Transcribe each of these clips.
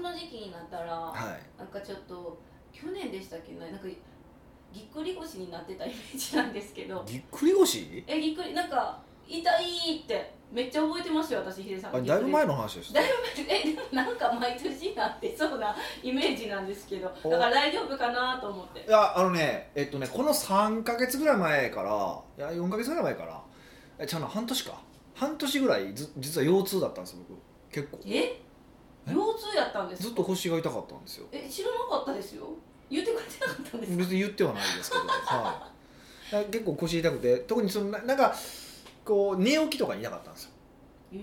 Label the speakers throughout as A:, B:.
A: の時期になったら、
B: はい
A: なんかちょっと去年でしたっけねなんかぎっくり腰になってたイメージなんですけど
B: ぎっくり腰
A: えぎっくりなんか痛いってめっちゃ覚えてますよ私ヒデさん
B: あれだいぶ前
A: の
B: の話です
A: だいぶ前えでもなんか毎年なってそうなイメージなんですけどだ
B: お
A: から大丈夫かなと思って
B: いやあのねえっとねこの3か月ぐらい前からいや4か月ぐらい前からえちゃうな半年か半年ぐらいず実は腰痛だったんです僕結構
A: え
B: え
A: 腰痛やったんです
B: ず
A: か
B: っと腰が痛かったんですよ
A: え知らなかったですよ言ってくれてなかったんですか
B: 別に言ってはないですけど、はい、だから結構腰痛くて特にそのななんかこう寝起きとかに痛かったんですよ
A: へ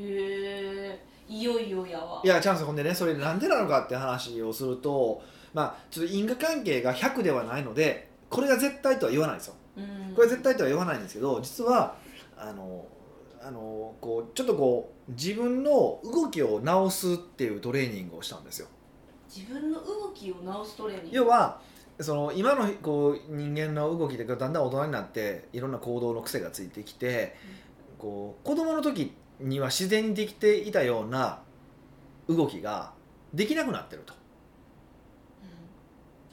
A: えいよいよやわ
B: いやチャンスほんでねそれなんでなのかって話をするとまあちょっと因果関係が100ではないのでこれが絶対とは言わないんですよ
A: うん
B: これ絶対とは言わないんですけど実はあのあのこうちょっとこう自分の動きを直すっていうトレーニングをしたんですよ
A: 自分の動きを直すトレーニング
B: 要はその今のこう人間の動きでだんだん大人になっていろんな行動の癖がついてきてこう子供の時には自然にできていたような動きができなくなってると。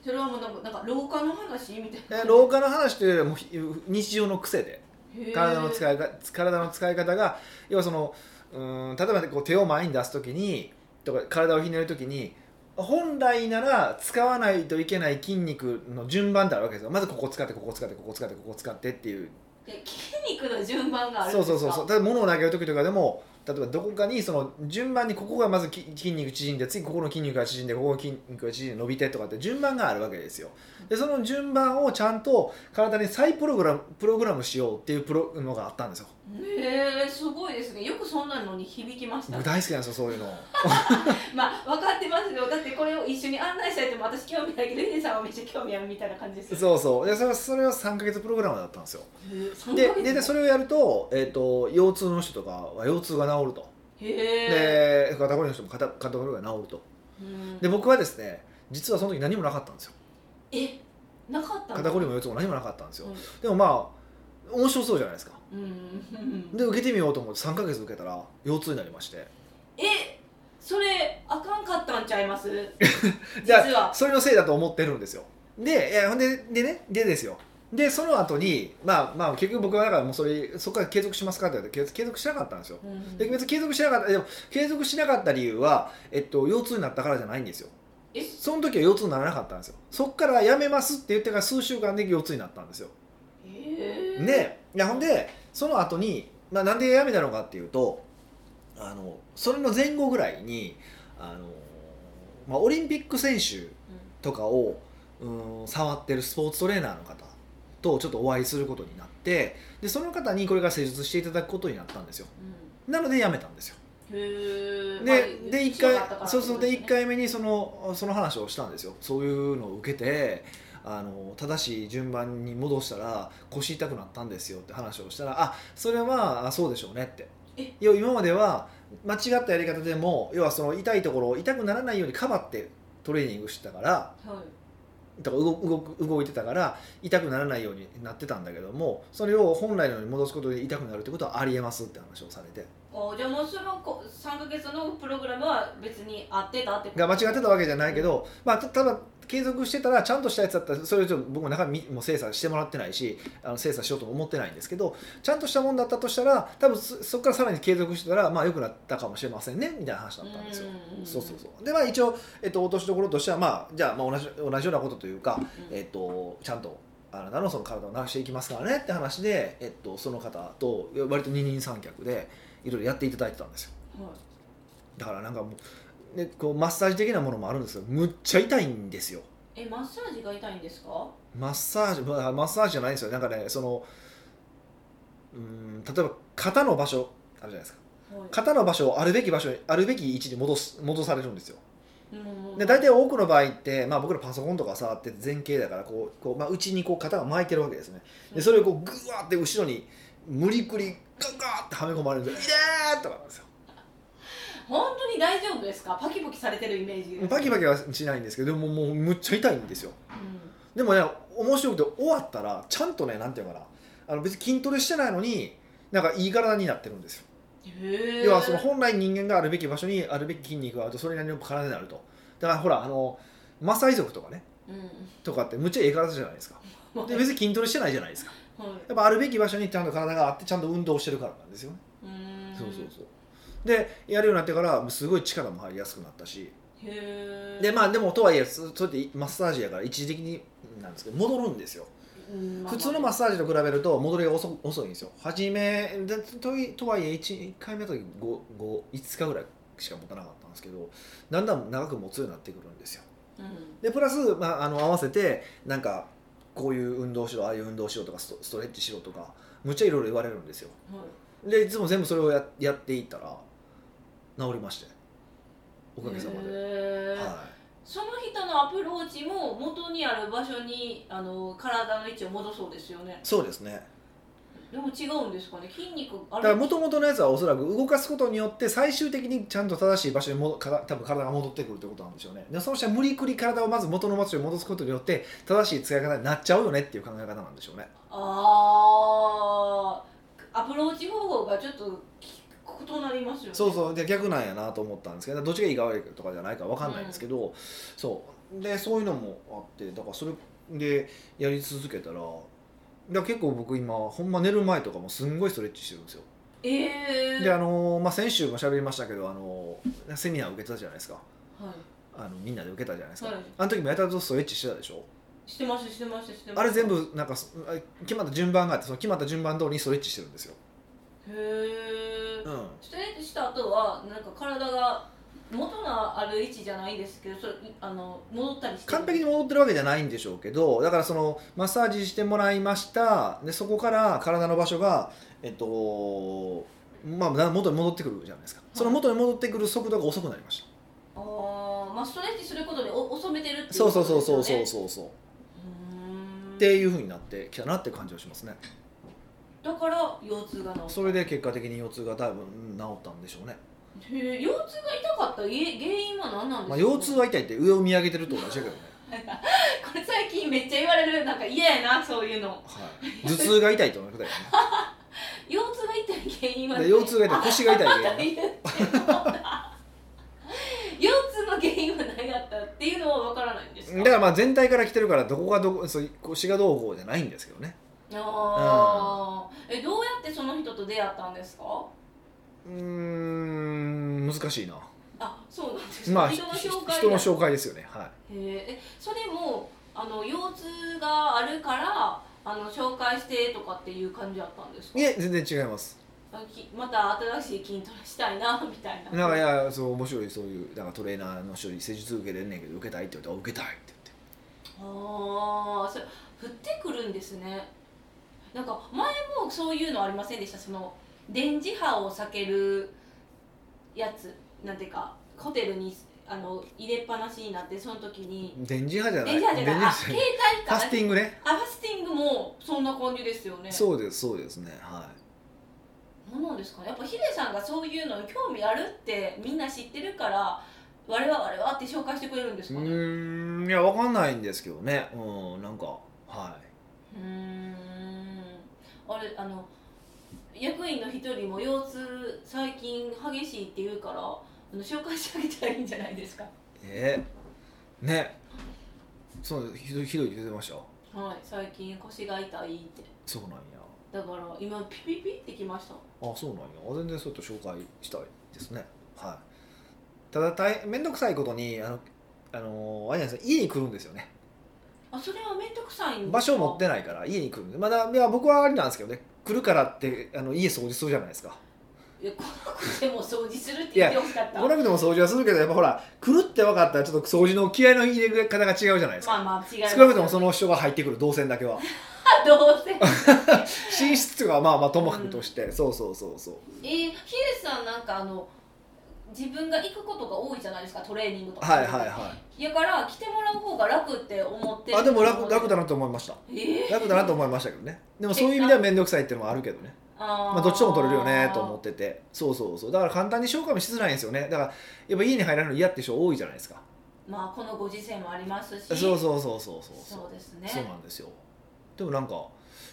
A: うんそれはもうなんかなんか老化の話みたいな
B: え老化の話というよりもひ日常の癖で
A: へー
B: 体の使いが体の使い方が要はそのうーん例えばこう手を前に出す時にとか体をひねる時に本来なら使わないといけない筋肉の順番ってあるわけですよまずここ使ってここ使ってここ使ってここ使ってっていう
A: え筋肉の順番があるん
B: そう
A: です
B: そ
A: か
B: うそうそう例えば物を投げる時とかでも例えばどこかにその順番にここがまずき筋肉縮んで次ここの筋肉が縮んでここの筋肉が縮んで伸びてとかって順番があるわけですよでその順番をちゃんと体に再プログラムプログラムしようっていうプロのがあったんですよ
A: へえすごいですねよくそんなのに響きました
B: 僕大好きなんですよそういうの
A: まあ分かってますよだってこれを一緒に案内したいっても私興味ないけどヒデさんはめっちゃ興味あるみたいな感じですよ
B: そうそうでそれはそれは3か月プログラムだったんですよ
A: へえそんな
B: で
A: わけ
B: ででそれをやると,、えー、と腰痛の人とかは腰痛が治ると
A: へえ
B: で肩こりの人も肩肩こりが治ると
A: うん
B: で僕はですね実はその時何もなかったんですよ
A: えなかったの
B: 肩こりも腰痛も何もなかったんですよ、
A: うん
B: でもまあ面白そうじゃないですか
A: うんうん
B: で受けてみようと思って3ヶ月受けたら腰痛になりまして
A: えそれあかんかったんちゃいます
B: じ
A: 実
B: ゃあ
A: は
B: それのせいだと思ってるんですよでいやほんででねでですよでその後にまあまあ結局僕はだからもうそれそこから継続しますかって言われて継継続しなかったんですよ
A: うん
B: で別に継続しなかったでも継続しなかった理由は、えっと、腰痛になったからじゃないんですよ
A: え
B: その時は腰痛にならなかったんですよそっからやめますって言ってから数週間で腰痛になったんですよ
A: へえ
B: でいやほんでその後にまあなんでやめたのかっていうとあのそれの前後ぐらいにあの、まあ、オリンピック選手とかをうん触ってるスポーツトレーナーの方とちょっとお会いすることになってでその方にこれから施術していただくことになったんですよなのでやめたんですよ
A: へえ
B: で
A: まあ
B: で1
A: 強かったか
B: 回
A: ら
B: そうそうで
A: ってことす
B: 1
A: ね
B: 回目にそのその話をしたんですよそういうのを受けてあの正しい順番に戻したら腰痛くなったんですよって話をしたらあそれはあそうでしょうねって
A: え
B: 要は今までは間違ったやり方でも要はその痛いところを痛くならないようにかばってトレーニングしてたから
A: はい
B: とか動く動く動いてたから痛くならないようになってたんだけどもそれを本来のように戻すことで痛くなるってことはありえますって話をされて
A: おじゃあもうそのこ3ヶ月のプログラムは別に合ってたってこと
B: が間違ってたわけじゃないけど、まあ、たただ継続してたらちゃんとしたやつだったらそれをちょっと僕も中身も精査してもらってないしあの精査しようとも思ってないんですけどちゃんとしたもんだったとしたら多分そそこからさらに継続してたらまあ良くなったかもしれませんねみたいな話だったんですよ。そうそうそうでまあ一応、えっと、落としどころとしてはまあじゃあまあ同じ同じようなことというか、
A: うん
B: えっと、ちゃんとあなたのその体を直していきますからねって話で、えっと、その方と割と二人三脚でいろいろやっていただいてたんですよ。
A: はい
B: だからなんかもう,、ね、こうマッサージ的なものもあるんですけどむっちゃ痛いんですよ
A: えマッサージが痛いんですか
B: マッサージまあマッサージじゃないんですよなんかねそのうーん例えば肩の場所あるじゃないですか肩の場所をあるべき場所にあるべき位置に戻す戻されるんですよで大体多くの場合って、まあ、僕らパソコンとか触って前傾だからこうこう、まあ、内にこう肩が巻いてるわけですねでそ
A: れ
B: れをこうグワーって後ろに無理くりガンガーってはめ込まれるんですよ「痛ー!」とかなんですよ
A: 本当に大丈夫ですかパキパキされてるイメージです
B: バキバキはしないんですけどでももうむっちゃ痛いんですよ
A: うん
B: でもね面白くて終わったらちゃんとねなんていうのかなあの別に筋トレしてないのになんかいい体になってるんですよ、
A: へえ
B: 要はその本来人間があるべき場所にあるべき筋肉があるとそれなりの体になるとだからほらあのマサイ族とかね
A: うん
B: とかってむっちゃええ体じゃな いですか
A: はい
B: で別に筋トレしてないじゃないですか
A: はい
B: やっぱあるべき場所にちゃんと体があってちゃんと運動してるからなんですよね、
A: うーん
B: そうそうそうでやるようになってからもうすごい力も入りやすくなったし
A: へえ
B: でまあでもとはいえそそうやってマッサージやから一時的になんですけど戻るんですよ普通のマッ
A: ス
B: サージと比べると戻りが遅遅いんですよ初めでといとはいえ 1, 回目の時 5, 5, 5日ぐらいしか持たなかったんですけどだんだん長く持つようになってくるんですよ
A: うん
B: でプラス、まあ、あの合わせてなんかこういう運動しろああいう運動しろとかストストレッチしろとかむっちゃいろいろ言われるんですよ
A: はい
B: でいつも全部それをややっていったら治りましておかげさまで、
A: へー
B: は
A: その人のアプローチも元にある場所にあの体の位置を戻そうですよね
B: い、そうですね
A: でも違うんですかね筋肉あ
B: だ
A: る
B: から元々のやつはおそらく動かすことによって最終的にちゃんと正しい場所にもから多分体が戻ってくるってことなんでしょうねでそうしたら無理くり体をまず元の場所に戻すことによって正しい使い方になっちゃうよねっていう考え方なんでしょうね
A: あーアプローチ方法がちょっと異なりますよね
B: そうそうで逆なんやなと思ったんですけどどっちがいいか悪いかとかじゃないかわかんないんですけど、そうでそういうのもあってだからそれでやり続けたらだから結構僕今ほんま寝る前とかもすんごいストレッチしてるんですよ
A: ええ
B: であのーまあ、先週も喋りましたけどあのーセミナー受けてたじゃないですか
A: は
B: あのみんなで受けたじゃないですか、
A: はい
B: あの時もやたらとストレッチしてたでしょ
A: いしてましたしてましたしてました
B: あれ全部なんかそあ決まった順番があってその決まった順番通りにストレッチしてるんですよ、
A: へえ
B: うん、
A: ストレッチした後はなんか体が元のある位置じゃないですけどそれあの戻ったりしてる
B: 完璧に戻ってるわけじゃないんでしょうけどだからそのマッサージしてもらいましたでそこから体の場所がえっとまあな元に戻ってくるじゃないですかその元に戻ってくる速度が遅くなりました、
A: あーまあストレッチすることでお収めてるっていう
B: そ
A: こ
B: うそう
A: と
B: そう
A: です
B: そ
A: よ
B: うそ
A: ね
B: うそうそう
A: うーん
B: っていうふうになってきたなって感じはしますね
A: だから腰痛が治った
B: それで結果的に腰痛が多分治ったんでしょうね
A: へえ腰痛が痛かった原原因は何なん
B: ま
A: で
B: あ、
A: すか、
B: 腰痛は痛いって上を見上げてると同じだけどね、
A: これ最近めっちゃ言われるなんか嫌やなそういうの
B: はい、頭痛が痛いと同じことだよ
A: 腰痛が痛い原因は
B: ねで腰痛が痛い腰が痛い
A: あなた
B: で
A: 言ってもうた腰痛の原因は何やったっていうのは分からないんですか
B: だからまあ全体から来てるからどこがどこそう腰がどうこうじゃないんですけどね
A: あーえどうやってその人と出会ったんですか
B: うーん難しいな
A: あそうなんですか、
B: まあ
A: 人の
B: ひひ
A: 紹介
B: 人の
A: で
B: 紹介ですよねは
A: へええそれもあの腰痛があるからあの紹介してとかっていう感じだったんですか
B: いいえ全然違います
A: あきまた新しい筋トレしたいなみたいな
B: なんかいやそう面白いそういうなんかトレーナーの人に施術受けれんねんけど受けたいって言ったら受けたいって
A: ああそれ降ってくるんですねなんか前もそういうのありませんでしたその電磁波を避けるやつなんていうかホテルにあの入れっぱなしになってその時に
B: 言って電磁波じゃな
A: 電
B: い
A: 磁波じゃないあ
B: じゃ
A: 携
B: ない
A: 帯
B: フ
A: か
B: ァスティングね
A: あファスティングもそんな感じですよね
B: そうですそうですねは
A: 何なんですかねやっぱヒデさんがそういうのに興味あるってみんな知ってるから我々我々って紹介してくれるんで
B: い
A: す
B: う
A: かね
B: ーんいやわかんないんですけどねうんなんかは
A: うーんあれあの役員の一人も腰痛最近激しいって言うからあの紹介してあげたらいいんじゃないですか
B: いえー、ねそうひどいひどいって言ってました
A: はい最近腰が痛いって
B: そうなんや
A: だから今ピピピってきました
B: あそうなんや全然そうやって紹介したいですねはいただ大面倒くさいことにあのあのーあれなんですよ家に来るんですよね
A: あそれは面倒くさいんですか
B: 場所を持ってないから家に来るんでまだいや僕はあれなんですけどね来るからってあの家掃除するじゃないですか
A: いや来なくても掃除するって言ってほしかった
B: 来なくても掃除はするけどやっぱほら来るって分かったらちょっと掃除の気合の入れ方が違うじゃないですか、
A: まあまあ違います
B: 少なくともその人が入ってくる動線だけは
A: どうせ
B: 寝室とかはまあまあともかくとして、そうそうそうそう
A: えー、ヒデさんなんかあの自分が行くことが多いじゃないですかトレーニングとか
B: はいはいはい
A: やから来てもらう方が楽って思って
B: いあでも楽楽だなと思いました
A: えー、
B: 楽だなと思いましたけどねでもそういう意味では面倒くさいっていうのもあるけどね、
A: あー
B: まあ、どっちとも取れるよねと思っててそうそうそうだから簡単に消化もしづらいんですよねだからやっぱ家に入られるの嫌って人多いじゃないですか
A: まあこのご時世もありますし
B: そうそうそうそうそうそう
A: そうです
B: そう
A: ね
B: なんですよでもなんか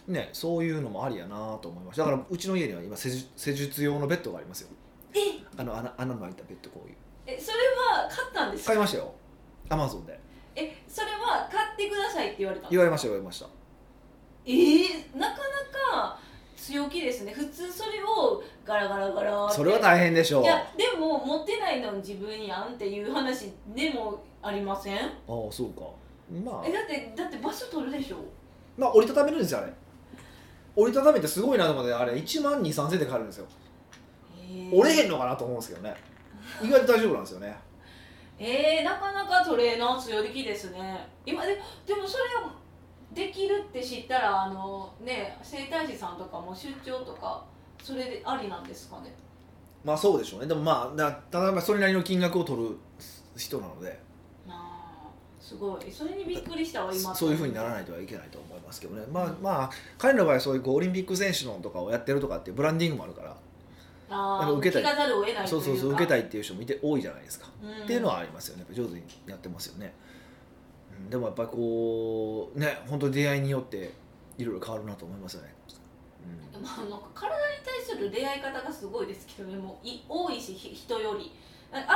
B: ねそういうのもありやなと思いましただからうちの家には今施術施術用のベッドがありますよ
A: え
B: あの穴穴の開いたベッドこういう
A: えそれは買ったんです
B: 買い
A: か
B: ましたよアマゾンで
A: えそれは買ってくださいって言われたの
B: 言われました言われました
A: えー、なかなか強気ですね普通それをガラガラガラって
B: それは大変でしょう
A: いやでも持ってないの自分やんっていう話でもありません
B: ああそうかまあ
A: えだってだって場所取るでしょ
B: まあ折りたためるんですよあれ折りたためてすごいなと思ってあれ1万2 3千円で買えるんですよ折れへんのかなと思うんですけどね意外と大丈夫なんですよね
A: えー、なかなかトレーナー強力ですね今ででもそれをできるって知ったらあのね整体師さんとかも出張とかそれでありなんですかね
B: まあそうでしょうねでもまあだただまあそれなりの金額を取る人なので
A: あーすごいそれにびっくりしたわ今
B: そういうふうになら
A: い
B: ないとはいけないと思いますけどねまあまあ彼の場合はそういうこうオリンピック選手のとかをやってるとかっていうブランディングもあるから
A: あ
B: なん
A: あ
B: か受
A: 受
B: け
A: け
B: たい
A: ざるを得ないという
B: そ
A: うか
B: そうそう受け
A: い、
B: たいっていう人もいて多いじゃないですか
A: うん
B: っていうのはありますよねやっぱ上手にやってますよね、うん、でもやっぱりこうね本当に出会いによっていろいろ変わるなと思いますよね、
A: でもなんか体に対する出会い方がすごいですけどねもうい多いしひ人よりあ諦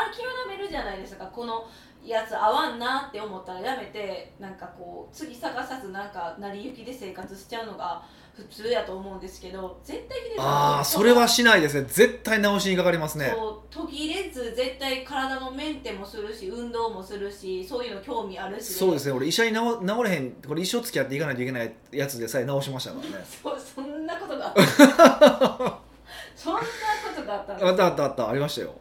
A: めるじゃないですかこのやつ合わんなって思ったらやめてなんかこう次探さずなんか成り行きで生活しちゃうのが普通やと思うんですけど絶対秀
B: うん、
A: さん
B: ああそれはしないですね絶対直しにかかりますね
A: そう途切れず絶対体のメンテもするし運動もするしそういうの興味あるし
B: そうですすね俺医者に治治れへんこれ一生付き合っていかないといけないやつでさえ治しましたから ね
A: そうそんなこと があったそんなことがあったん
B: あ
A: で
B: っ
A: す
B: たあったあったありましたよ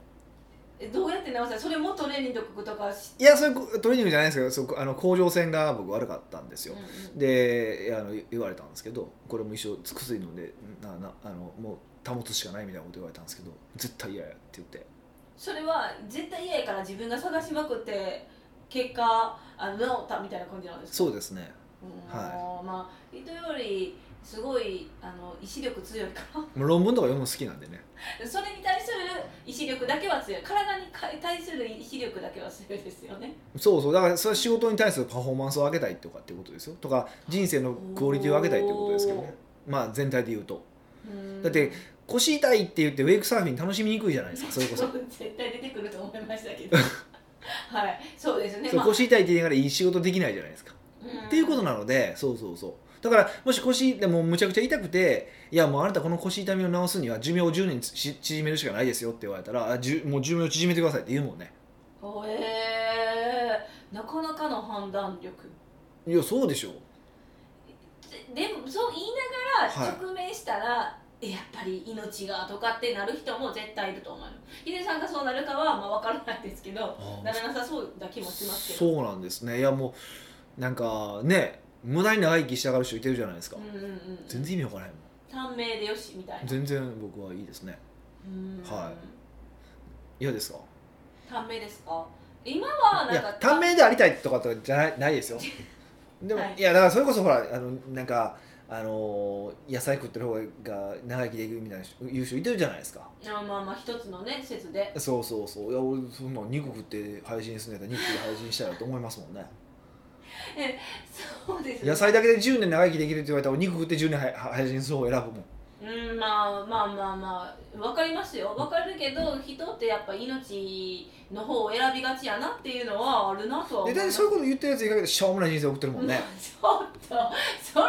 A: えどうやって直したそれもトレーニングとかし
B: いやそれトレーニングじゃないですけどそうあの甲状腺が僕悪かったんですよ、
A: うん
B: であの言われたんですけどこれも一生薬飲んでななあのもう保つしかないみたいなこと言われたんですけど絶対嫌やって言って
A: それは絶対嫌やから自分が探しまくって結果あの治ったみたいな感じなんですか
B: そうですね
A: うん
B: は
A: まあ人よりすごいあの意志力強いから
B: もう論文とか読むの好きなんでね
A: それに対する意志力だけは強い体にか対する意志力だけは強いですよね
B: そうそうだからそれは仕事に対するパフォーマンスを上げたいとかってことですよとか人生のクオリティを上げたいってことですけどねまあ全体で言うと
A: うん
B: だって腰痛いって言ってウェイクサーフィン楽しみにくいじゃないですかそれこそ
A: 絶対出てくると思いましたけ どはいそうですね
B: そう
A: まあ
B: 腰痛いって言いながらいい仕事できないじゃないですか
A: ん
B: っていうことなのでそうそうそうだからもし腰でもうむちゃくちゃ痛くていやもうあなたこの腰痛みを治すには寿命を10年し縮めるしかないですよって言われたらあじゅもう寿命を縮めてくださいって言うもんね
A: おえーなかなかの判断力
B: いやそうでしょ
A: ででもそう言いなが
B: は
A: ら
B: い
A: 直面したら、えやっぱり命がとかってなる人も絶対いると思うヒデさんがそうなるかはまあ分からないですけど
B: あ
A: ならなさそうな気もしますけど
B: そうなんですねいやもうなんかね無駄に長生きしたがる人いてるじゃないですか、
A: うんうんうん
B: 全然意味わからへんも
A: 短命でよしみたい
B: ん
A: な
B: 全然僕はいいですね
A: うん
B: は嫌ですか
A: 短命ですか今はいなん
B: や
A: か
B: 短命でありたいとかとかじゃないないです よでも、
A: はいい、
B: やだからそれこそほらあのなんかあのー野菜食ってる方が長生きできるみたいな人言う人いてるじゃないですか
A: あまあまあ一つのね説で
B: そうそうそういや俺そんな肉食って配信するんやったら肉食って配信したいなと思いますもんね
A: そうですね
B: 野菜だけで10年長生きできるって言われたら俺肉食って10年は配信する方を選ぶもん
A: うんまあまあまあまあわかりますよわかるけど人ってやっぱ命の方を選びがちやなっていうのはあるなとは思
B: え
A: いま
B: だって
A: す
B: そういうこと言ってるやついかけてしょうもない人生送ってるもん ね
A: ちょっとそれ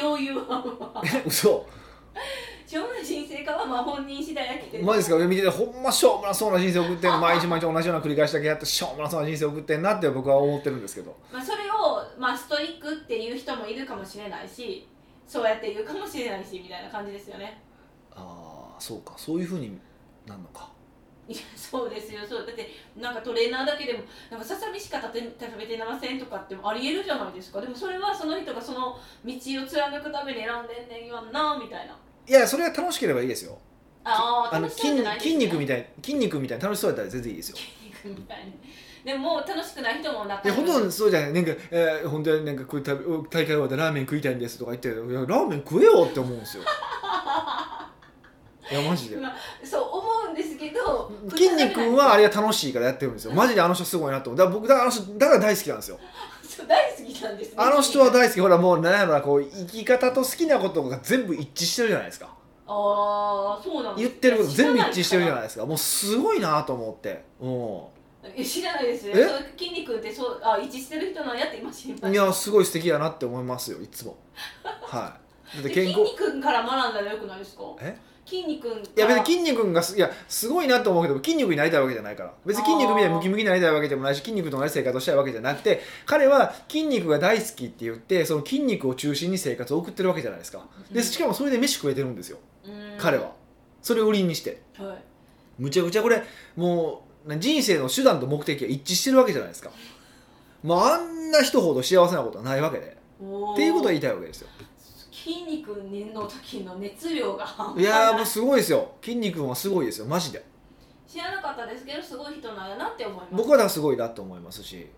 A: は余裕はまあ
B: 嘘
A: しょうもない人生かはまあ本人次第やけど
B: マジですか俺見ててほんましょうもなそうな人生送ってん毎日毎日同じような繰り返しだけやってしょうもなそうな人生送ってんなって僕は思ってるんですけど
A: まあ、それを、まあ、ストイックっていう人もいるかもしれないしそうやって言うかもしれないしみたいな感じですよね
B: ああそうかそういうふうになるのか
A: いやそうですよそうだってなんかトレーナーだけでもなんかささみしか食べ食べてませんとかってもありえるじゃないですかでもそれはその人がその道を貫くために選んでんねん言わんなみたいない
B: やそれは楽しければいいですよ
A: ああ
B: あの
A: 楽しそう
B: 筋
A: じゃないです
B: 筋肉み
A: たい
B: たい筋肉みたいに楽しそうやったら全然いいですよ
A: 筋肉みたいにでも楽しくない人もなか
B: いやほとんどそうじゃないなんか、えー、本当になんかこう食べ大会終わったらラーメン食いたいんですとか言っていやラーメン食えよって思う んですよいやマジで
A: そう思うんですけど
B: 筋肉はあれが楽しいからやってるんですよマジであの人すごいなと思うだから僕だからあの人だから大好きなんですよ
A: そう大好きなんですね
B: あの人は大好きほらもうなんやろなこう生き方と好きなことが全部一致してるじゃないですか
A: ああそうなんです
B: 言ってること全部一致してるじ
A: い
B: ゃないですかもうすごいなと思ってうん
A: や知らないですね
B: え
A: そう筋肉ってそうあ一致してる人なんやって今知りま
B: い
A: した
B: やすごい素敵やなって思いますよいつもはいだって
A: で
B: 健
A: 筋
B: 康
A: 肉から学んだらよくないですか
B: え
A: 筋肉から
B: いや別に筋肉がすいやすごいなと思うけど筋肉になりたいわけじゃないから別に筋肉みたいにムキムキになりたいわけでもないし筋肉と同じ生活をしたいわけじゃなくて彼は筋肉が大好きって言ってその筋肉を中心に生活を送ってるわけじゃないですかでしかもそれで飯食えてるんですよ
A: うん
B: 彼はそれを売りにして
A: はい
B: むちゃくちゃこれもうな人生の手段と目的が一致してるわけじゃないですかまああんな人ほど幸せなことはないわけで
A: おー
B: っていうことを言いたいわけですよ
A: 筋肉の時の熱量が半端
B: いやーもうすごいですよ筋肉はすごいですよマジで
A: 知らなかったですけどすごい人なんやなって思います
B: 僕はだからすごいなと思いますし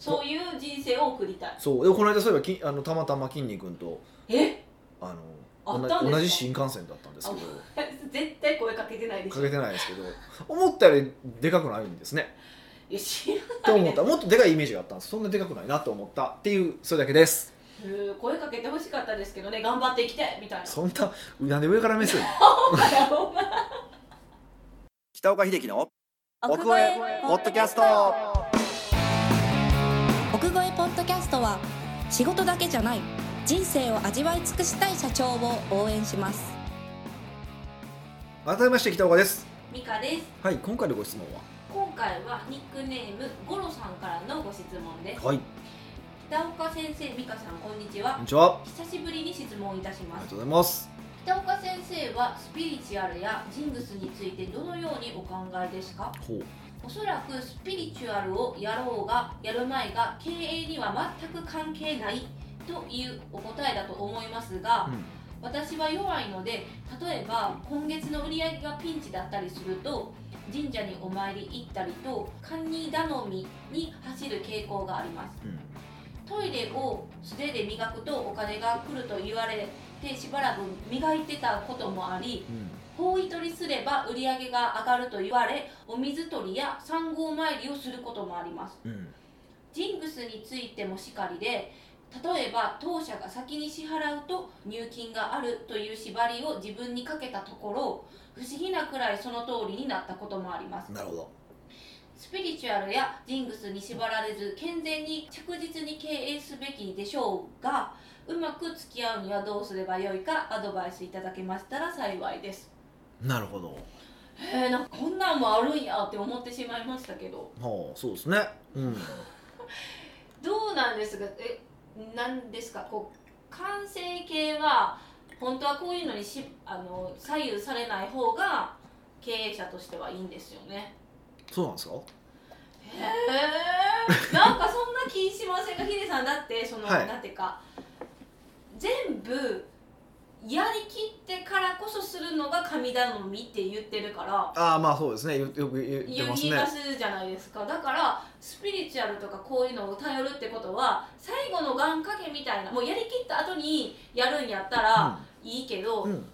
A: そういう人生を送りたい
B: そうでこの間そういえばきあのたまたまきんに君と
A: え
B: あの
A: あったんですか
B: 同じ同じ新幹線だったんですけど
A: 絶対声かけてないでし
B: か
A: ょ
B: けてないですけど思ったよりでかくないんですね
A: いや知ら
B: と思ったもっとでかいイメージがあったんですそんなでかくないなと思ったっていうそれだけです
A: うん声かけてほしかったですけどね頑張っていきたいみたいな
B: そんななんで上から目線
A: お前
B: 北岡秀樹の
C: 奥越えポッドキャスト
D: 奥越えポッドキャストは仕事だけじゃない人生を味わい尽くしたい社長を応援します
B: 改めまして北岡です
A: ミカです
B: はい今回のご質問は
A: 今回はニックネームゴロさんからのご質問です
B: はい
A: 北岡先生美香さんこんにちは
B: こんにちは
A: 久しぶりに質問いたし
B: あり
A: ま
B: が
A: す
B: とうございます
A: 北岡先生はスピリチュアルやジングスについてどのようにお考えですか
B: ほう
A: おそらくスピリチュアルをやろうがやる前が経営には全く関係ないというお答えだと思いますが
B: うん
A: 私は弱いので例えば今月の売り上げがピンチだったりすると神社にお参り行ったりと堪忍頼みに走る傾向があります
B: うん
A: トイレを素手で磨くとお金が来ると言われてしばらく磨いてたこともあり
B: うん
A: 包囲取りすれば売り上げが上がると言われお水取りや三合参りをすることもあります
B: うん
A: ジングスについてもしかりで例えば当社が先に支払うと入金があるという縛りを自分にかけたところ不思議なくらいその通りになったこともあります
B: なるほど
A: スピリチュアルやジングスに縛られず健全に着実に経営すべきでしょうがうまく付き合うにはどうすればよいかアドバイスいただけましたら幸いです
B: なるほど
A: へえなんかこんなんもあるんやって思ってしまいましたけど
B: はあそうですねうん
A: どうなんですかえなんですかこう完成形は本当はこういうのにしあの左右されない方が経営者としてはいいんですよね
B: そうなんですか
A: へえなんかそんな気しませんかヒデさんだってその、
B: はい
A: なんていうか全部やりきってからこそするのが神頼みって言ってるから
B: ああまあそうですねよよく言って
A: 言
B: ま
A: い
B: すね
A: 出すじゃないですかだからスピリチュアルとかこういうのを頼るってことは最後の願掛けみたいなもうやりきった後にやるんやったらいいけど、
B: うん、うん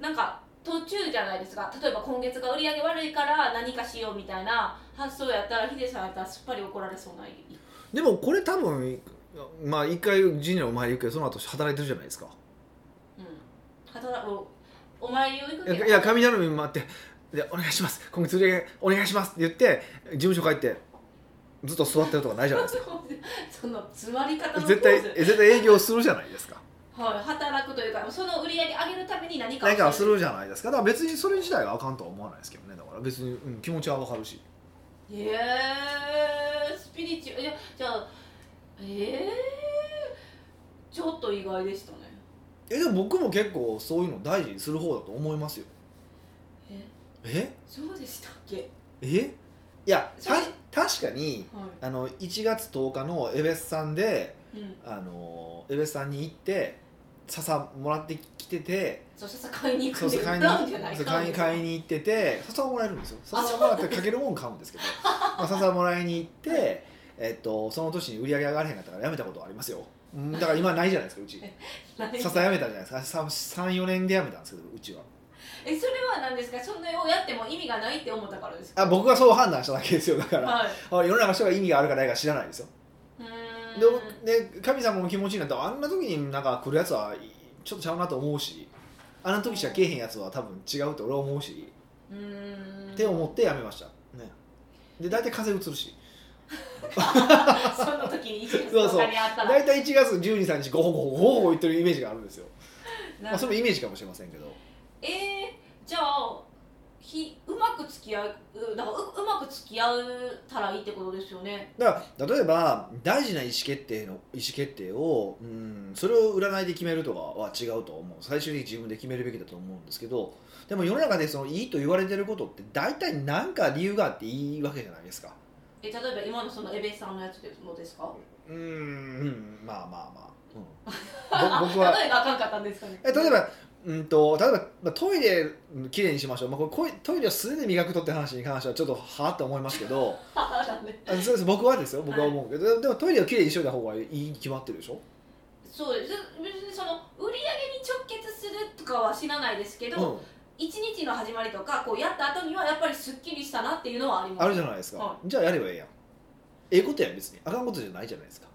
A: なんか途中じゃないですか例えば今月が売り上げ悪いから何かしようみたいな発想やったらヒデさんやったらすっぱり怒られそうな
B: でもこれ多分まあ一回ジュニアお前行くけどその後働いてるじゃないですか
A: うん働くお前よ行く
B: いや
A: けど
B: いや神頼みもあってで「お願いします今月売り上げお願いします」って言って事務所帰ってずっと座ってるとかないじ ゃないですか
A: その詰まり方の
B: 絶対
A: ポーズ
B: え絶対営業するじゃないですか
A: はい、働くというかその売り上げ上げるために何かを
B: 何かするじゃないですかだから別にそれ自体があかんとは思わないですけどねだから別に、うん、気持ちはわかるし
A: ええスピリチュアルいやじゃあええちょっと意外でしたね
B: えでも僕も結構そういうの大事にする方だと思いますよ
A: え
B: え
A: そうでしたっけ
B: えいや
A: そ
B: た
A: れ
B: 確かに
A: は
B: あの1月10日のエベスさんで
A: い、うん、
B: あのエベスさんに行って笹もらってきてて
A: そう笹買いに行く
B: そ
A: ん
B: う
A: で
B: 笹買い
A: 歌うんじゃない
B: にそう
A: か
B: 買い買いに行ってて笹をもらえるんですよ
A: あ
B: 笹をもらってかけるもん買う んですけど、まあ、笹をもらいに行って、えっと、その年に売り上げ上がらへんかったからやめたことはありますようんだから今ないじゃないですかう ち笹やめたじゃないですか34年でやめたんですけどうちは
A: えそれは何ですかそれをやっても意味がないって思ったからですか
B: あ僕がそう判断しただけですよだから
A: はい
B: あ世の中の人が意味があるかないか知らないですよ
A: うーん
B: でで神様の気持ちになったらあんな時になんか来るやつはいちょっとちゃうなと思うしあんな時しか来えへんやつは多分違うと俺は思うし、
A: うーん
B: って思ってやめましたねで大体風邪うつるし
A: その時に1月
B: そうそう
A: 10日にあったら
B: 大体1月13日ゴホゴホゴホゴホ言ってるイメージがあるんですよ、
A: な
B: まあ、それもイメージかもしれませんけど
A: えー、じゃあひうまく付き合ううだからううまく付き合うたらいいってことですよね
B: だから例えば大事な意思決定の意思決定をうんそれを占いで決めるとかは違うと思う最終的に自分で決めるべきだと思うんですけどでも世の中でそのいいと言われてることって大体何か理由があっていいわけじゃないですか
A: え例えば今のそのエベさんのやつでもですか
B: うーんうんまあまあまあ、うんぼ、僕は
A: 例えばあかんかったんですかね
B: え例えばうんと例えばまあトイレうんきれいにしましょう、まあ、これこいトイレを素手で磨くとって話に関してはちょっとはあって思いますけど
A: あだね
B: あそうです僕はですよ僕は思うけど、でもでもトイレをきれいにしといた方がいいに決まってるでしょ
A: そうです別にその売り上げに直結するとかは知らないですけど、
B: ん、
A: 一日の始まりとかこうやった後にはやっぱりすっきりしたなっていうのはあります
B: あるじゃないですか、
A: は
B: じゃあやればええやんええことやん別にあかんことじゃないじゃないですか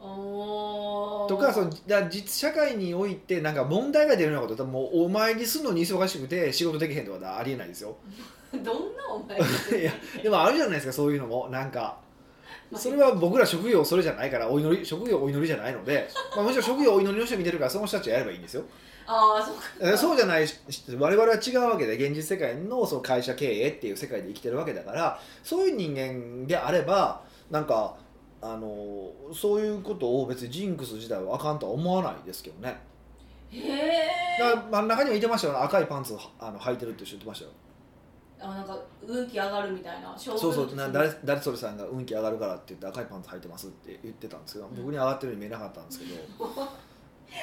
A: おー
B: とかそのだ実社会においてなんか問題が出るようなこと多分もうお前にするのに忙しくて仕事できへんとかだありえないですよ
A: どんなお前
B: いやでもあるじゃないですかそういうのもなんか
A: まあ
B: それは僕ら職業それじゃないからお祈り職業お祈りじゃないので、まあ、もちろん職業お祈りの人見てるからその人たちがやればいいんですよ
A: ああそうか
B: えそうじゃないし我々は違うわけで現実世界のその会社経営っていう世界で生きてるわけだからそういう人間であればなんかあのそういうことを別にジンクス自体はあかんとは思わないですけどね
A: へ
B: だから
A: え
B: 真ん中にはいてましたよね赤いパンツをあの履いてるって人言ってましたよ
A: あなんか運気上がるみたいな勝負
B: そうそうな誰誰それさんが運気上がるからって言って赤いパンツ履いてますって言ってたんですけど
A: うん
B: 僕に上がってるように見えなかったんですけど、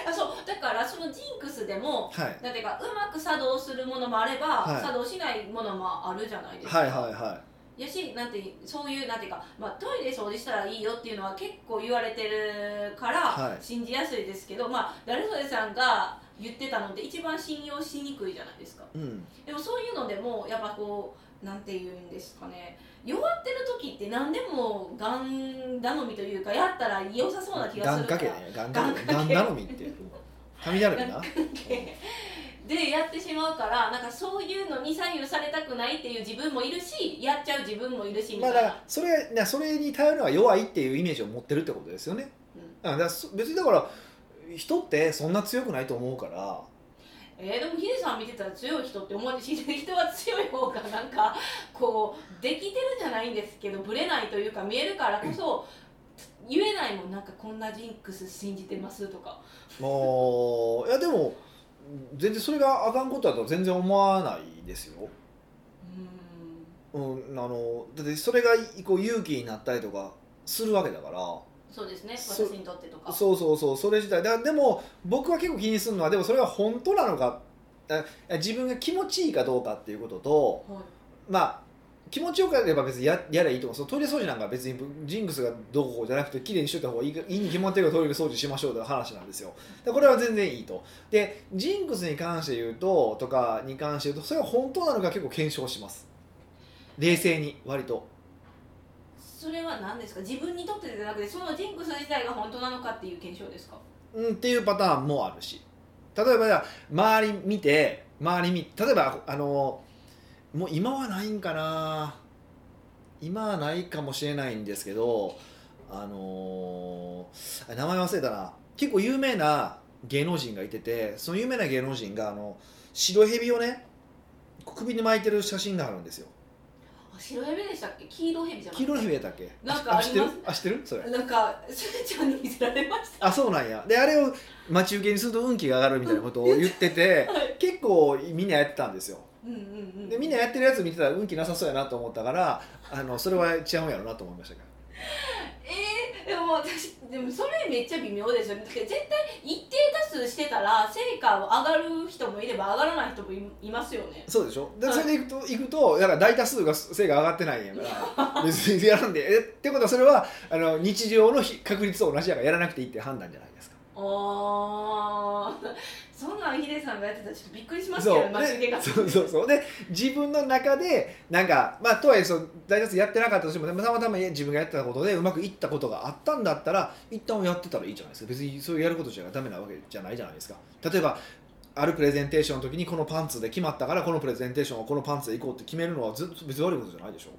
A: あそうだからそのジンクスでも
B: はい、
A: なんていうかうまく作動するものもあれば、
B: はい
A: 作動しないものもあるじゃないですか、
B: はいはいは
A: やしなんてそういうなんていうか、まあ、トイレ掃除したらいいよっていうのは結構言われてるから、
B: はい
A: 信じやすいですけど、まあ、誰それさんが言ってたのって一番信用しにくいじゃないですか
B: いうん
A: でもそういうのでもやっぱこうなんていうんですかね弱ってる時って何でもがん頼みというかやったら良さそうな気がす
B: 願
A: るから
B: 掛けね願掛け
A: 願掛
B: 願
A: け
B: 頼みってうん神頼みな
A: でやってしまうからなんかそういうのに左右されたくないっていう自分もいるしやっちゃう自分もいるしみ
B: ま
A: た
B: あ
A: い
B: だ
A: な、
B: からそれなそれに頼るのは弱いっていうイメージを持ってるってことですよね、
A: う
B: あだからそ別にだから人ってそんな強くないと思うから
A: えーでもヒデさん見てたら強い人って思うし人は強い方がなんかこうできてるじゃないんですけどぶれないというか見えるからこそ言えないもんなんかこんなジンクス信じてますとか
B: もういやでも全然それがあかんことだと全然思わないですよ、
A: うん
B: うん、あのだってそれがいこう勇気になったりとかするわけだから
A: そうですね私
B: そう
A: にとってとか
B: そうそうそうそれ自体だでも僕は結構気にするのはでもそれが本当なのかあ自分が気持ちいいかどうかっていうことと
A: はい
B: まあ気持ちよければ別にややればいいと思うそのトイレ掃除なんか別にジンクスがどうこうじゃなくて綺麗にしといた方がいいいいに決まってるからトイレ掃除しましょうという話なんですよでこれは全然いいとでジンクスに関して言うととかに関して言うとそれは本当なのか結構検証します冷静に割と
A: それは何ですか自分にとってじゃなくてそのジンクス自体が本当なのかっていう検証ですか
B: うんっていうパターンもあるし例えばじゃあ周り見て周り見例えばあのもう今はないんかな今はないかもしれないんですけどあのあ名前忘れたな結構有名な芸能人がいててその有名な芸能人があの白蛇をね首に巻いてる写真があるんですよ
A: あ白蛇でしたっけ黄色蛇じゃな
B: 黄
A: い
B: 色い蛇やったっけ
A: なんかあります
B: 知ってるあ知ってるそれ
A: なんかすーちゃんに見せられました
B: あそうなんやであれを待ち受けにすると運気が上がるみたいなことを言ってて
A: はい
B: 結構みんなやってたんですよ
A: うんうんうん
B: でみんなやってるやつ見てたら運気なさそうやなと思ったからあのそれは違うんやろなと思いましたけ
A: えー、でも私でもそれめっちゃ微妙ですよねだって絶対一定多数してたら成果を上がる人もいれば上がらない人もいいますよね
B: どそうでしょで
A: はい
B: それでいくと,、い、くとだから大多数が性が上がってないんや から別にやらんでえってことはそれはあの日常の日確率と同じやからやらなくていいって判断じゃないですか
A: あー そんなんヒデさんがやってたらちょっとびっくりしますけ
B: そう
A: どね待ち受け
B: で
A: が
B: そうそうそうで自分の中でなんかまあとはいえそう大体やってなかったとしてもたまたま自分がやってたことでうまくいったことがあったんだったら一旦やってたらいいじゃないですか別にそうやることじゃダメなわけじゃないじゃないですか例えばあるプレゼンテーションの時にこのパンツで決まったからこのプレゼンテーションはこのパンツで行こうって決めるのはず別に悪いことじゃないでしょ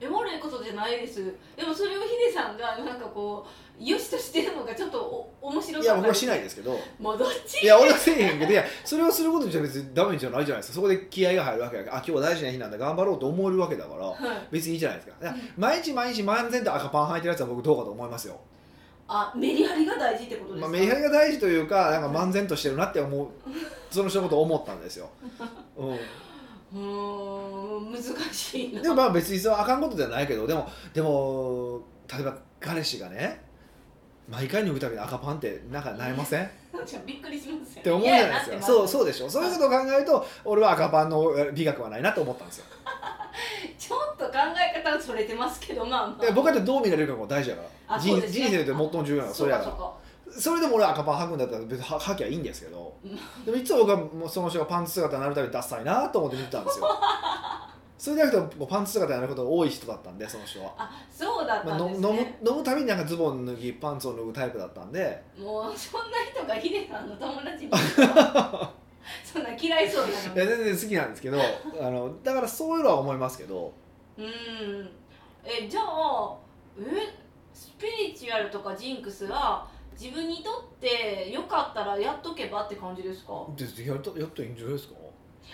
A: え悪いことじゃないですでもそれをヒデさんがなんかこうよしとしてるのがちょっとお面白か
B: い
A: っ
B: や
A: た
B: 僕はしないですけど
A: もうどっち
B: いや俺はせえへんけどいやそれをすることじゃ別にダメじゃないじゃないですかそこで気合が入るわけやからあ今日は大事な日なんだ頑張ろうと思えるわけだから
A: はい
B: 別にいいじゃないですかだから毎日毎日漫然と赤パン履いてるやつは僕どうかと思いますよ、
A: あメリハリが大事ってことですか、
B: まあ、メリハリが大事というかなんか漫然としてるなって思うその人のことを思ったんです よ、う、
A: うーん難しいなん
B: でもまあ別にそれはあかんことじゃないけどでもでも例えば彼氏がね毎回脱ぐたびに赤パンってなんかなり ません
A: じゃあびっくりしますよ
B: って思うじゃないですかそうそうでしょそういうことを考えると俺は赤パンの美学はないなと思ったんですよ
A: ちょっと考え方はそれてますけどまあま
B: で僕だってどう見られるかも大事だから
A: あ
B: 人
A: そうですね
B: 人生で最も重要なの
A: あ
B: はそれやからそれでも俺は赤パン履くんだったら別には履きゃいいんですけどでもいつも僕はもうその人がパンツ姿になるたびにダッサいなと思って見てたんですよそれじゃなくてもうパンツ姿になることが多い人だったんでその人は、
A: あそうだっ
B: まあ、
A: たん
B: の
A: です
B: 飲
A: ね、
B: む飲むたびになんかズボン脱ぎパンツを脱ぐタイプだったんで
A: もうそんな人がヒデさんの友 達にそんな嫌いそうなの
B: いや全然好きなんですけどあのだからそういうのは思いますけど
A: うーんえじゃあえスピリチュアルとかジンクスは自分にとってよかったらやっとけばって感じですか
B: でやったやったらいいんじゃないですか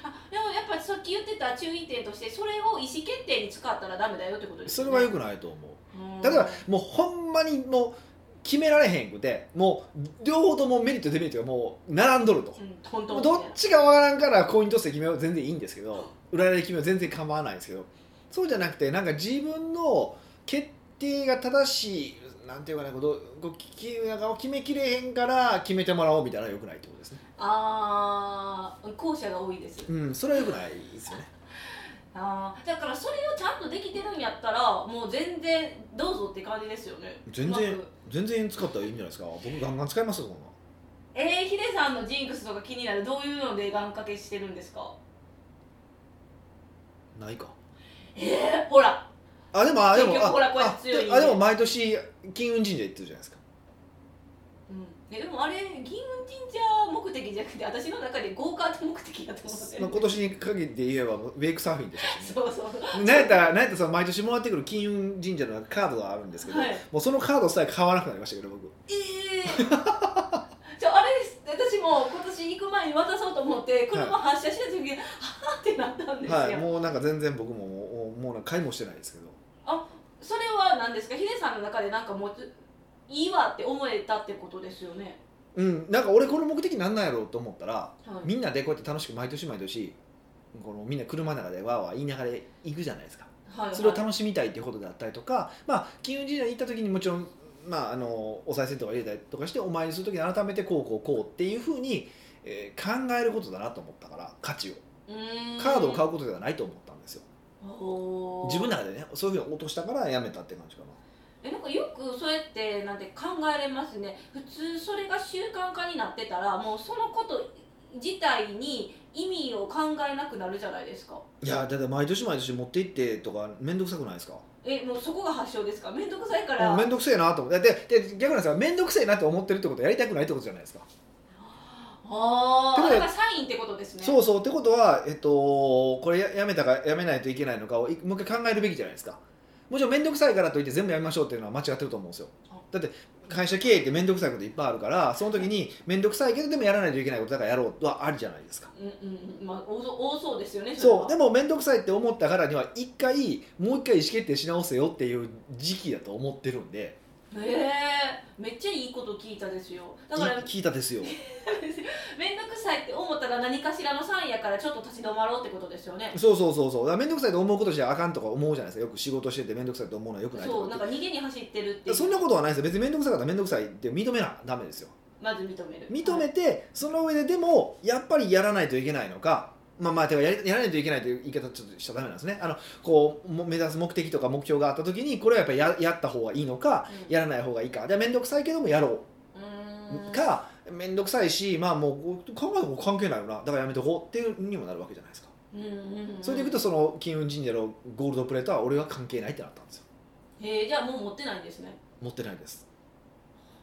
A: あでもやっぱりさっき言ってた注意点としてそれを意思決定に使ったらダメだよってことです
B: そ
A: よ
B: れ
A: ね
B: は良くないと思う
A: うん
B: 例えばもうほんまにもう決められへんくてもう両方ともメリットデメリットがもう並んどると
A: う、んトントン
B: もう
A: みたい
B: ど
A: な
B: っちがわからんからコイントスで決めは全然いいんですけど裏で決めは全然構わないんですけどそうじゃなくてなんか自分の決定が正しいなんていうかなことこうきなんか決めきれへんから決めてもらおうみたいなのはよくないってことですね
A: ああ後者が多いです
B: うんそれはよくないですよね
A: あーだからそれをちゃんとできてるんやったらもう全然どうぞって感じですよね
B: 全然
A: うまく
B: 全然使ったらいいんじゃないですか僕ガンガン使いますよこんな
A: えー、ヒデさんのジンクスとか気になるどういうので願掛けしてるんですか
B: んないか
A: えー、ほら
B: あでもあでも
A: 結局ほらこうや
B: あ
A: って強い
B: であでも毎年金運神社行ってるじゃないですか
A: うん、えでもあれ銀運神社目的じゃなくて私の中でゴーカート目的だと思ってる
B: まあ、今年に限って言えばもうウェイクサーフィンですし、ね、
A: そうそう
B: なんやったらなんやったらその毎年もらってくる金運神社のカードがあるんですけど、
A: はい
B: もうそのカードさえ買わなくなりましたけど僕
A: ええー じゃああれです私も今年行く前に渡そうと思って車発車した時に、はーってなったんですよ、
B: はいもうなんか全然僕ももうもうなんか買いもしてないですけど
A: それは何ですかヒデさんの中でなんかもういいわって思えたってことですよね、
B: うんなんか俺この目的なんなんやろうと思ったら
A: はい
B: みんなでこうやって楽しく毎年毎年このみんな車の中でわーわー言いながら行くじゃないですか
A: はいはい
B: それを楽しみたいっていうことであったりとか、まあ、金融神社に行った時にもちろん、まあ、あのお賽銭とか入れたりとかしてお参りする時に改めてこうこうこうっていうふうに、えー考えることだなと思ったから価値を
A: うーん
B: カードを買うことではないと思ったんですよ
A: おー
B: 自分の中でねそういうふうに落としたからやめたって感じかな
A: えなんかよくそうやってなんて考えれますね普通それが習慣化になってたらもうそのこと自体に意味を考えなくなるじゃないですか
B: いやだって毎年毎年持って行ってとか面倒くさくないですか
A: えもうそこが発祥ですか面倒くさいか
B: も
A: ら
B: う面倒くせえなと思ってでで逆なんですよ面倒くせえなって思ってるってことはやりたくないってことじゃないですか
A: ああだ
B: ってことは
A: からサインってことですね
B: そうそうってことは、えっと、これややめたかやめないといけないのかをいもう一回考えるべきじゃないですかもちろん面倒くさいからといって全部やめましょうっていうのは間違ってると思うんですよ
A: あ
B: だって会社経営って面倒くさいこといっぱいあるからその時に面倒くさいけどでもやらないといけないことだからやろうはありじゃないですか
A: うんうんうんまあ多そう多そうですよねれは
B: そうでも面倒くさいって思ったからには一回もう一回意思決定し直せよっていう時期だと思ってるんで
A: へえめっちゃいいこと聞いたですよだから
B: い聞いたで すよ
A: 面倒くさいって思ったら何かしらのサインやからちょっと立ち止まろうってことですよね
B: そうそうそうそうだから面倒くさいと思うことじゃあかんとか思うじゃないですかよく仕事してて面倒くさいと思うのはよくないと
A: そう
B: か
A: な
B: っ
A: んか
B: て
A: 逃げに走ってるっていう
B: そんなことはないですよ別に面倒くさかったら面倒くさいって認めなダメですよ
A: まず認める
B: 認めて、その上ででもやっぱりやらないといけないのかまあまあてかやりやらないといけないという言い方ちょっとしちゃダメなんですねあのこうも目指す目的とか目標があった時にこれはやっぱりややった方がいいのか
A: うん
B: やらない方がいいかで面倒くさいけどもやろ
A: うー
B: うんか面倒くさいしまあもう考えも関係ないよなだからやめとこうっていうにもなるわけじゃないですか
A: うんうんうん
B: それでいくとその金運神社のゴールドプレートは俺は関係ないってなったんですよ
A: へえじゃあもう持ってないんですね
B: 持ってないです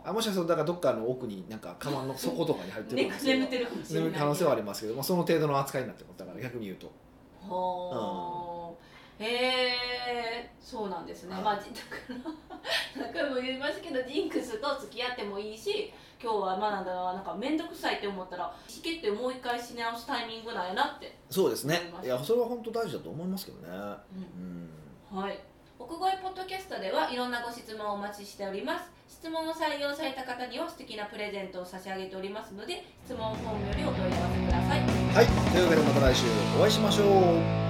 B: あもしかするとだからどっかの奥になんかカバンの底とかに入って
A: ね
B: る可能性
A: 眠
B: は
A: ってるかもしれない
B: 可能性はありますけど、まあ、その程度の扱いになってますだから逆に言うと
A: はへえそうなんですねまあじだから何回も言いますけどジンクスと付き合ってもいいし今日は学んだのはなんか面倒くさいって思ったら意思決定をもう一回し直すタイミングなんやなって、
B: そうですね
A: 思います
B: いやそれは本当大事だと思いますけどね
A: うん
B: うん
A: はい。奥越ポッドキャストではいろんなご質問をお待ちしております。質問を採用された方には素敵なプレゼントを差し上げておりますので、質問フォームよりお問い合わせください。
B: はいというわけでまた来週お会いしましょう